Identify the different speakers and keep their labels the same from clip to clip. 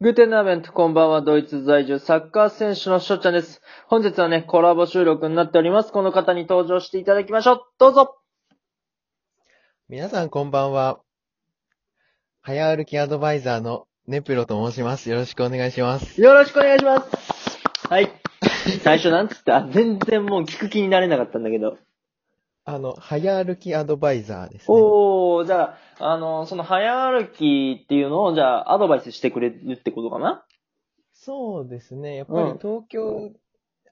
Speaker 1: グーテンナーメント、こんばんは、ドイツ在住、サッカー選手のしょちゃんです。本日はね、コラボ収録になっております。この方に登場していただきましょう。どうぞ
Speaker 2: 皆さんこんばんは。早歩きアドバイザーのネプロと申します。よろしくお願いします。
Speaker 1: よろしくお願いしますはい。 最初なんつった全然もう聞く気になれなかったんだけど。
Speaker 2: あの、早歩きアドバイザーですね。
Speaker 1: おー、じゃあ、あの、その早歩きっていうのを、じゃあ、アドバイスしてくれるってことかな
Speaker 2: そうですね。やっぱ
Speaker 1: うん
Speaker 2: り東京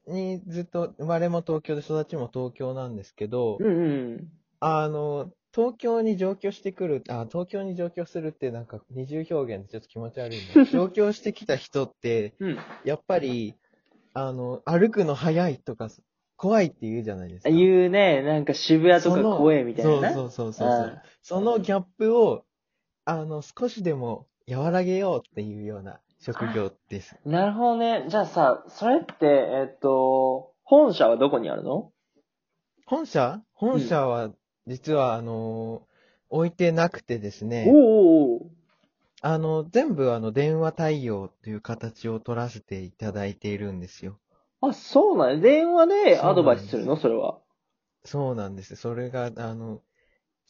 Speaker 2: にずっと、生まれも東京で育ちも東京なんですけど、
Speaker 1: うんうん。
Speaker 2: あの、東京に上京してくる、あ、東京に上京するってなんか二重表現でちょっと気持ち悪いん で、上京してきた人って、
Speaker 1: うん。
Speaker 2: やっぱり、あの、歩くの早いとか、怖いって言うじゃないですか。
Speaker 1: 言うね、なんか渋谷とか
Speaker 2: その
Speaker 1: 怖えみたいなな。
Speaker 2: そうそうそうそうそう。
Speaker 1: あ
Speaker 2: そのギャップを、あの、少しでも和らげようっていうような職業です。
Speaker 1: ーなるほどね。じゃあさ、それって、えっと、本社はどこにあるの
Speaker 2: 本社本社は、実は、あの置いてなくてです
Speaker 1: お
Speaker 2: ね
Speaker 1: ー、おーおー
Speaker 2: あの、全部あの、電話対応という形を取らせていただいているんですよ。
Speaker 1: あ、そうなんや電話で
Speaker 2: そうなんです
Speaker 1: アドバイスするのそれは。
Speaker 2: そうなんです。それが、あの、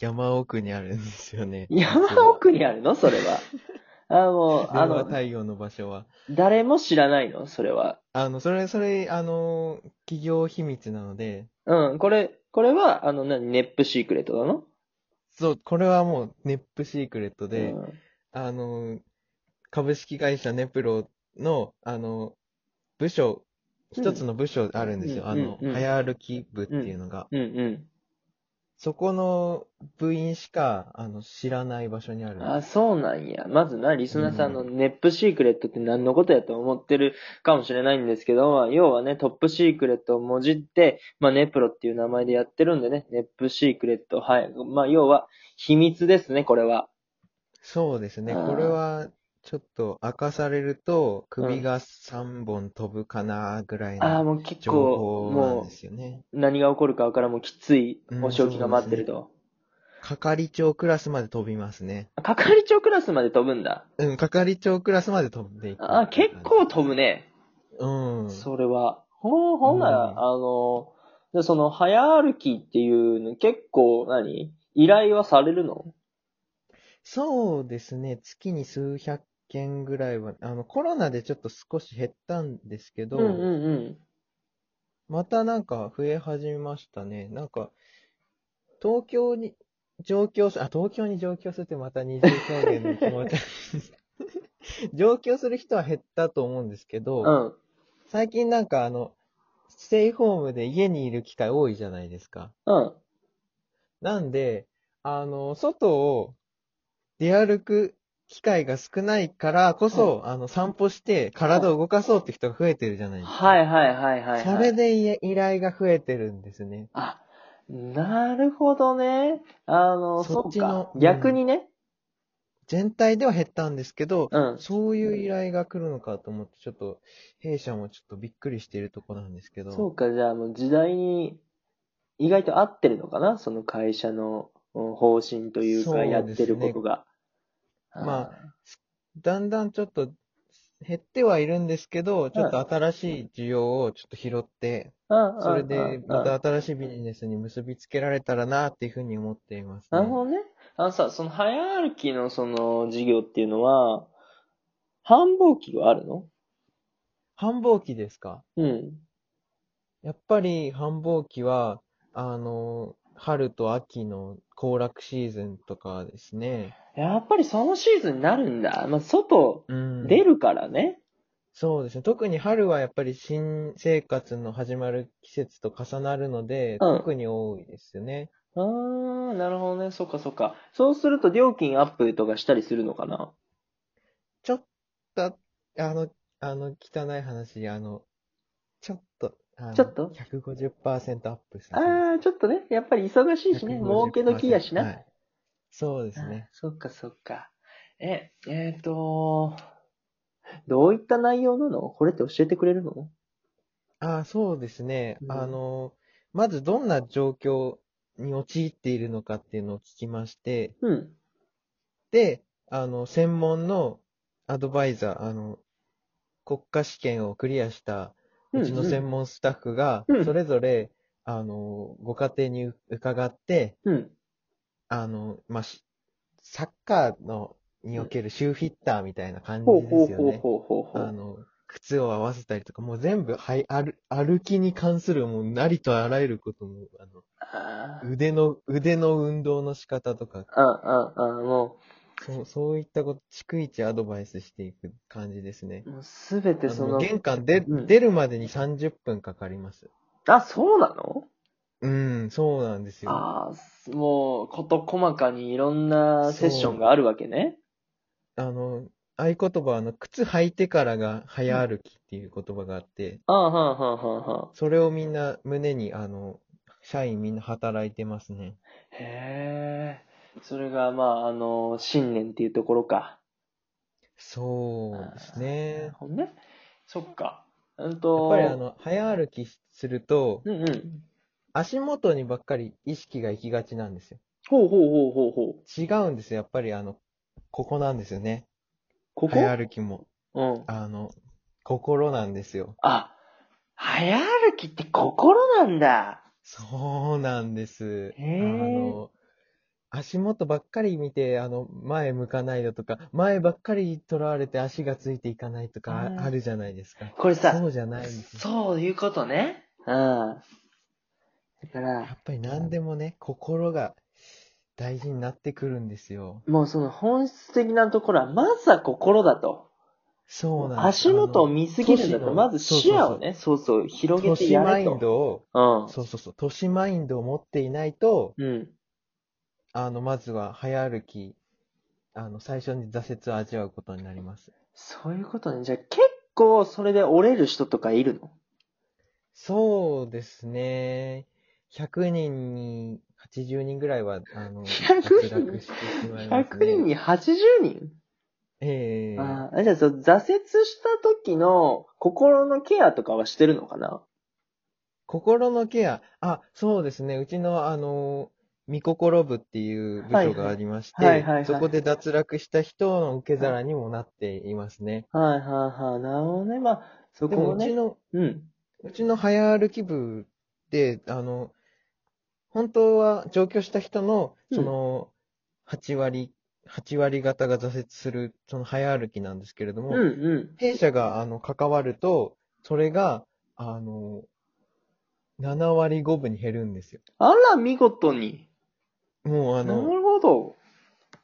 Speaker 2: 山奥にあるんですよね。
Speaker 1: 山奥にある のそれは。あの、あ
Speaker 2: 電話
Speaker 1: の、
Speaker 2: 対応の場所は。
Speaker 1: 誰も知らないのそれは。
Speaker 2: あの、それ、それ、あの、企業秘密なので、
Speaker 1: うん、これ、これは、あの、何、ネップシークレットなの
Speaker 2: そう、これはもう、ネップシークレットで、
Speaker 1: うん
Speaker 2: あの、株式会社ネプロの、あの、部署、
Speaker 1: うん
Speaker 2: 一つの部署あるんですよ。
Speaker 1: うん
Speaker 2: あの、
Speaker 1: うんうん
Speaker 2: 早歩き部っていうのが。
Speaker 1: うん
Speaker 2: そこの部員しか、あの、知らない場所にあ
Speaker 1: う
Speaker 2: る
Speaker 1: ん。。あ、そうなんや。まずな、リスナーさんのネップシークレットって何のことやと思ってるかもしれないんですけど、まあ、要はね、トップシークレットをもじって、まあ、ネプロっていう名前でやってるんでね、ネップシークレット。はい。まあ、要は、秘密ですね、これは。
Speaker 2: そうですね。
Speaker 1: あー
Speaker 2: これは、ちょっと明かされると、首が3本飛ぶかな、ぐらい
Speaker 1: ああ、
Speaker 2: の
Speaker 1: もう結
Speaker 2: 情
Speaker 1: 構、
Speaker 2: 報なん
Speaker 1: も
Speaker 2: で
Speaker 1: う、
Speaker 2: すよね。
Speaker 1: 何が起こるかわからんもうきついお仕置きが待ってると。
Speaker 2: 係長クラスまで飛びますね。
Speaker 1: 係長クラスまで飛ぶんだ。
Speaker 2: うん、係長クラスまで飛んでいく。
Speaker 1: あー、結構飛ぶね。
Speaker 2: うん。
Speaker 1: それは。ほん、ほんなら、
Speaker 2: うん
Speaker 1: あの、でその、早歩きっていうの、結構何、依頼はされるの
Speaker 2: そうですね。月に数百件ぐらいは、あの、コロナでちょっと少し減ったんですけど、
Speaker 1: うんうん
Speaker 2: またなんか増え始めましたね。なんか、東京に上京す、あ、東京に上京するってまた二重表現の気持ち。 上京する人は減ったと思うんですけ
Speaker 1: う
Speaker 2: ど、
Speaker 1: ん。うん。
Speaker 2: 最近なんかあの、ステイホームで家にいる機会多いじゃないですか。
Speaker 1: うん。
Speaker 2: なんで、あの、外を出歩く機会が少ないからこそ、あの、散歩して体を動かそうって人が増えてるじゃないですか。
Speaker 1: はいはいはいはい、はい。
Speaker 2: それでい依頼が増えてるんですね。
Speaker 1: あ、なるほどね。あの、そ
Speaker 2: そっ
Speaker 1: う
Speaker 2: ちの
Speaker 1: か。逆にね。
Speaker 2: 全体では減ったんですけど、
Speaker 1: うん。
Speaker 2: そういう依頼が来るのかと思って、ちょっと、弊社もちょっとびっくりしているとこなんですけど。
Speaker 1: そうか、じゃあもう時代に意外と合ってるのかなその会社のうん方針という
Speaker 2: そう
Speaker 1: か、
Speaker 2: ですね
Speaker 1: やってることが。
Speaker 2: まあだんだんちょっと、減ってはいるんですけど、ちょっと新しい需要をちょっと拾って、
Speaker 1: あ、
Speaker 2: それ
Speaker 1: うんうん
Speaker 2: で
Speaker 1: う、ん
Speaker 2: また新しいビジネスに結びつけられたらなっていうふうに思っています、
Speaker 1: なるほどね。あのさ、その早歩きのその事業っていうのは、繁忙期はあるの
Speaker 2: 繁忙期ですか
Speaker 1: うん。
Speaker 2: やっぱり繁忙期は、あの、春と秋の行楽シーズンとかですね。
Speaker 1: やっぱりそのシーズンになるんだ。まあ、外
Speaker 2: うん。
Speaker 1: 出るからね。
Speaker 2: そうですね。特に春はやっぱり新生活の始まる季節と重なるので、
Speaker 1: うん
Speaker 2: 特に多いですよね。
Speaker 1: ああ、なるほどね。そっかそっか。そうすると料金アップとかしたりするのかな
Speaker 2: ちょっと、あの、あの、汚い話、あの、ちょっと、あの
Speaker 1: ちょっと
Speaker 2: ?150% アップした。
Speaker 1: ああ、ちょっとね、やっぱり忙しいしね、
Speaker 2: 150%
Speaker 1: 儲け時やしな。
Speaker 2: はいそうです
Speaker 1: あ
Speaker 2: ね。
Speaker 1: そっかそっか。え、えっ、と、どういった内容なのこれって教えてくれるの
Speaker 2: ああ、そうですね
Speaker 1: う。ん
Speaker 2: あの、まずどんな状況に陥っているのかっていうのを聞きまして、
Speaker 1: うん。
Speaker 2: で、あの、専門のアドバイザー、あの、国家試験をクリアした、
Speaker 1: うん
Speaker 2: うちの専門スタッフが
Speaker 1: うん、
Speaker 2: それぞれ、あの、ご家庭に伺って、
Speaker 1: うん。
Speaker 2: あの、まあ、しサッカーの、におけるシューフィッターみたいな感じ
Speaker 1: ほうほ
Speaker 2: で
Speaker 1: う
Speaker 2: すよ
Speaker 1: ほう
Speaker 2: ね。
Speaker 1: ほうほうほ
Speaker 2: あ
Speaker 1: う。
Speaker 2: の、靴を合わせたりとか、もう全部、はい、歩歩きに関する、もう、なりとあらゆることも、あの、
Speaker 1: あー
Speaker 2: 腕の、腕の運動の仕方とか、
Speaker 1: あ、あ、あ、も
Speaker 2: そう、そういったこと、逐一アドバイスしていく感じですね
Speaker 1: う、。もうすべて
Speaker 2: あ
Speaker 1: そ
Speaker 2: の
Speaker 1: の、
Speaker 2: 玄関で、
Speaker 1: うん
Speaker 2: 出るまでに30分かかります。
Speaker 1: あ、そうなの
Speaker 2: うん、そうなんですよ。
Speaker 1: ああ、もう、こと細かにいろんなセッションがあるわけね。
Speaker 2: あの、合言葉は、あの、靴履いてからが早歩きっていう言葉があって、
Speaker 1: ああ、はあ、はあ、はあ、はあ。
Speaker 2: それをみんな胸に、あの、社員みんな働いてますね。
Speaker 1: へえ。それが、まあ、あの、信念っていうところか。
Speaker 2: そうです
Speaker 1: なる
Speaker 2: ね。
Speaker 1: ほどね。そっか。うん
Speaker 2: やっ
Speaker 1: と、
Speaker 2: ぱりあの、早歩きすると、
Speaker 1: うんうん。
Speaker 2: 足元にばっかり意識が行きがちなんですよ。
Speaker 1: ほうほうほうほうほう。
Speaker 2: 違うんですよ。やっぱりあの、ここなんですよね。
Speaker 1: ここ
Speaker 2: 早歩きも。
Speaker 1: うん。
Speaker 2: あの、心なんですよ。
Speaker 1: あ、早歩きって心なんだ。
Speaker 2: そうなんです。
Speaker 1: へー
Speaker 2: あの、足元ばっかり見て、あの、前向かないだとか、前ばっかり取られて足がついていかないとか
Speaker 1: うん
Speaker 2: ああるじゃないですか。
Speaker 1: これさ
Speaker 2: そ、うじゃないんですよ。
Speaker 1: そういうことね。うん。だから、
Speaker 2: やっぱり何でもね、心が大事になってくるんですよ。
Speaker 1: もうその本質的なところは、まずは心だと。
Speaker 2: そうなんです。
Speaker 1: 足元を
Speaker 2: あの
Speaker 1: 見すぎるんだ
Speaker 2: 都
Speaker 1: と、
Speaker 2: 市の
Speaker 1: まず視野をね、そうそう、広げ
Speaker 2: 都
Speaker 1: て
Speaker 2: 市
Speaker 1: や
Speaker 2: マ
Speaker 1: れ
Speaker 2: イン
Speaker 1: と。
Speaker 2: ドを、
Speaker 1: うん。
Speaker 2: そうそうそう、都市マインドを持っていないと、
Speaker 1: うん。
Speaker 2: あの、まずは早歩き、あの、最初に挫折を味わうことになります。
Speaker 1: そういうことね。じゃあ結構それで折れる人とかいるの
Speaker 2: そうですね。100人に80人ぐらいは、あの、
Speaker 1: 100
Speaker 2: 脱
Speaker 1: 人
Speaker 2: 落してしまいます、
Speaker 1: ?100
Speaker 2: ね。
Speaker 1: 人に80人
Speaker 2: ええ
Speaker 1: あーじゃあ、そう、挫折した時の心のケアとかはしてるのかな
Speaker 2: 心のケア。あ、そうですね。うちの、あの、みこころ部っていう部署がありまし
Speaker 1: はいはいは
Speaker 2: て
Speaker 1: いはいはい、
Speaker 2: そこで脱落した人の受け皿にもなっていますね。
Speaker 1: はいはいはい。なるほどね。まあ、そ
Speaker 2: で
Speaker 1: こ
Speaker 2: も、
Speaker 1: を
Speaker 2: うち
Speaker 1: ね。
Speaker 2: の、
Speaker 1: うん。
Speaker 2: うちの早歩き部で、あの、本当は上京した人の、
Speaker 1: うん
Speaker 2: その、8割、8割方が挫折する、その早歩きなんですけれども、
Speaker 1: うんうん。
Speaker 2: 弊社が、あの、関わると、それが、あの、7割5分に減るんですよ。
Speaker 1: あら、見事に。
Speaker 2: もう、あ
Speaker 1: な
Speaker 2: の、
Speaker 1: るほど。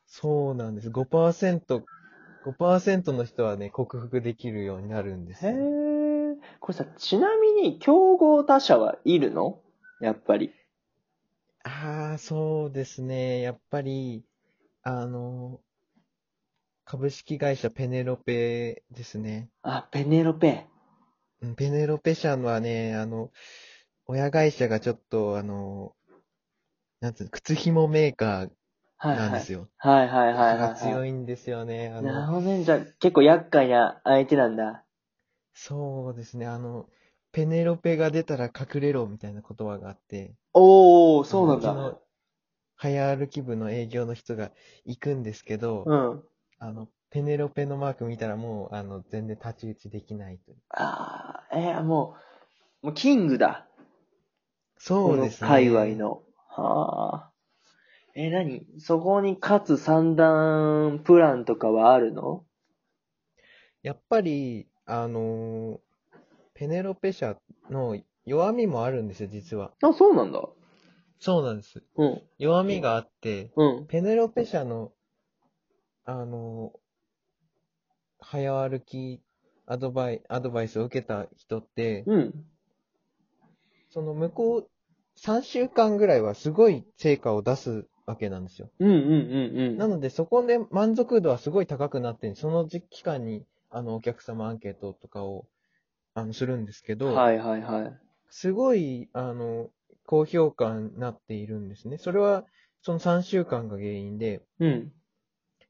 Speaker 2: そうなんです。5%、5%の人はね、克服できるようになるんです
Speaker 1: へ
Speaker 2: よ。
Speaker 1: え。これさ、ちなみに、競合他社はいるのやっぱり。
Speaker 2: ああ、そうですね。やっぱり、あの、株式会社ペネロペですね。
Speaker 1: あ、ペネロペ。
Speaker 2: うんペネロペ社のはね、あの、親会社がちょっと、あの、なんつうの、靴紐メーカー
Speaker 1: はい
Speaker 2: なん
Speaker 1: は
Speaker 2: で
Speaker 1: い。
Speaker 2: すよ。
Speaker 1: はいはいはいはい、
Speaker 2: が
Speaker 1: はい。
Speaker 2: 強いんですよね。あ
Speaker 1: なる
Speaker 2: の、
Speaker 1: ほどね。じゃあ、結構厄介な相手なんだ。
Speaker 2: そうですね。あの、ペネロペが出たら隠れろみたいな言葉があって、
Speaker 1: おー、そうなん
Speaker 2: あのうち
Speaker 1: だ
Speaker 2: の。早歩き部の営業の人が行くんですけど、
Speaker 1: うん。
Speaker 2: あの、ペネロペのマーク見たらもう、あの、全然太刀打ちできないという。
Speaker 1: あー、えー、もう、もうキングだ。
Speaker 2: そ
Speaker 1: こ
Speaker 2: う
Speaker 1: の
Speaker 2: ですね。
Speaker 1: 界隈。の。はあ。えー、何そこに勝つ三段プランとかはあるの
Speaker 2: やっぱり、あのーペネロペ社の弱みもあるんですよ、実は。
Speaker 1: あ、そうなんだ。
Speaker 2: そうなんです。
Speaker 1: うん、
Speaker 2: 弱みがあって、
Speaker 1: うん。
Speaker 2: ペネロペ社の、あのー早歩きアドバイ、アドバイスを受けた人って、
Speaker 1: うん。
Speaker 2: その向こう、3週間ぐらいはすごい成果を出すわけなんですよ。
Speaker 1: うん、うん、うん、う。
Speaker 2: なんので、そこで満足度はすごい高くなって、その時期間に、あの、お客様アンケートとかを、あの、するんですけど、
Speaker 1: はい、はい、はい。
Speaker 2: すごい、あの、高評価になっているんですね。それは、その3週間が原因で、
Speaker 1: うん、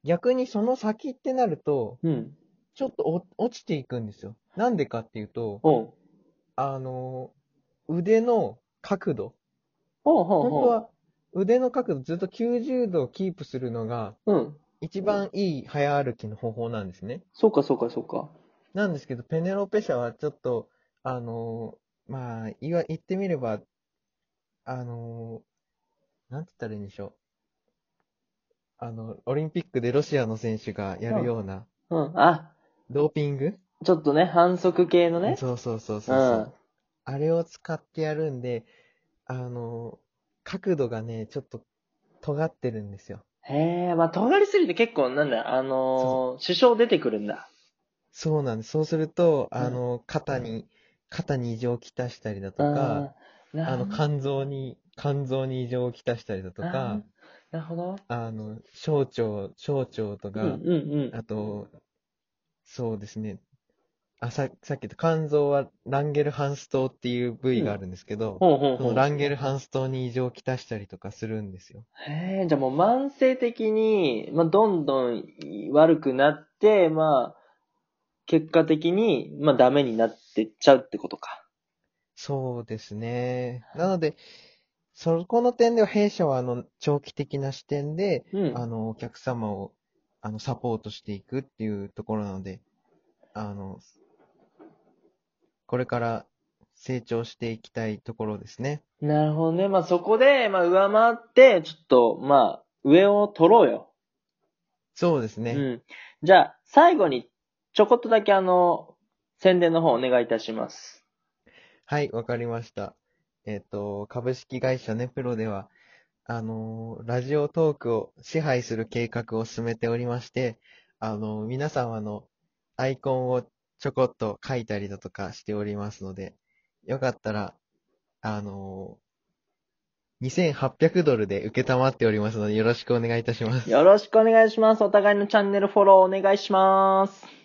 Speaker 2: 逆にその先ってなると、
Speaker 1: うん。
Speaker 2: ちょっとお落ちていくんですよ。なんでかっていうと、
Speaker 1: おう。
Speaker 2: あの、腕の角度。
Speaker 1: ほうほう
Speaker 2: 本当
Speaker 1: ほう。
Speaker 2: は、腕の角度ずっと90度をキープするのが、
Speaker 1: うん。
Speaker 2: 一番いい早歩きの方法なんですね。
Speaker 1: そうか、そうか、そうか。
Speaker 2: なんですけど、ペネロペ社はちょっと、あのーまあ、言わ、言ってみれば、あのーなんて言ったらいいんでしょう。あの、オリンピックでロシアの選手がやるような、
Speaker 1: うん。あ、
Speaker 2: ドーピング、
Speaker 1: ちょっとね、反則系のね。
Speaker 2: そうそうそうそううそう、
Speaker 1: ん。
Speaker 2: あれを使ってやるんで、あのー角度がね、ちょっと尖ってるんですよ。
Speaker 1: へえ、まあ、尖りすぎて結構、なんだ、あのー、支障出てくるんだ。
Speaker 2: そうなんです。そうすると、
Speaker 1: うん
Speaker 2: あのー肩に、肩に異常をきたしたりだと
Speaker 1: うん
Speaker 2: か、
Speaker 1: な
Speaker 2: あの、肝臓に、肝臓に異常をきたしたりだとか、
Speaker 1: なるほど。
Speaker 2: あの、小腸、小腸と
Speaker 1: う
Speaker 2: か、
Speaker 1: んうん
Speaker 2: あと、そうですね。あ、ささっき言った肝臓はランゲルハンス島っていう部位があるんですけど、
Speaker 1: ほうほう
Speaker 2: そ
Speaker 1: ほ
Speaker 2: の
Speaker 1: う。
Speaker 2: ランゲルハンス島に異常をきたしたりとかするんですよ。
Speaker 1: へえ、じゃあもう慢性的に、まあ、どんどん悪くなって、まあ、結果的に、まあ、ダメになってっちゃうってことか。
Speaker 2: そうですね。なので、そこの点では弊社はあの長期的な視点で、
Speaker 1: うん。
Speaker 2: あの、お客様を、あの、サポートしていくっていうところなので、あの、これから成長していきたいところですね。
Speaker 1: なるほどね。まあ、そこで、まあ、上回って、ちょっと、まあ、上を取ろうよ。
Speaker 2: そうです
Speaker 1: う
Speaker 2: ね。
Speaker 1: ん。じゃあ、最後に、ちょこっとだけあの、宣伝の方お願いいたします。
Speaker 2: はい、わかりました。えっ、と、株式会社ネプロでは、あのーラジオトークを支配する計画を進めておりまして、あのー皆様のアイコンをちょこっと書いたりだとかしておりますので、よかったら、あのー2800ドルで受けたまっておりますので、よろしくお願いいたします。
Speaker 1: よろしくお願いします。お互いのチャンネルフォローお願いします。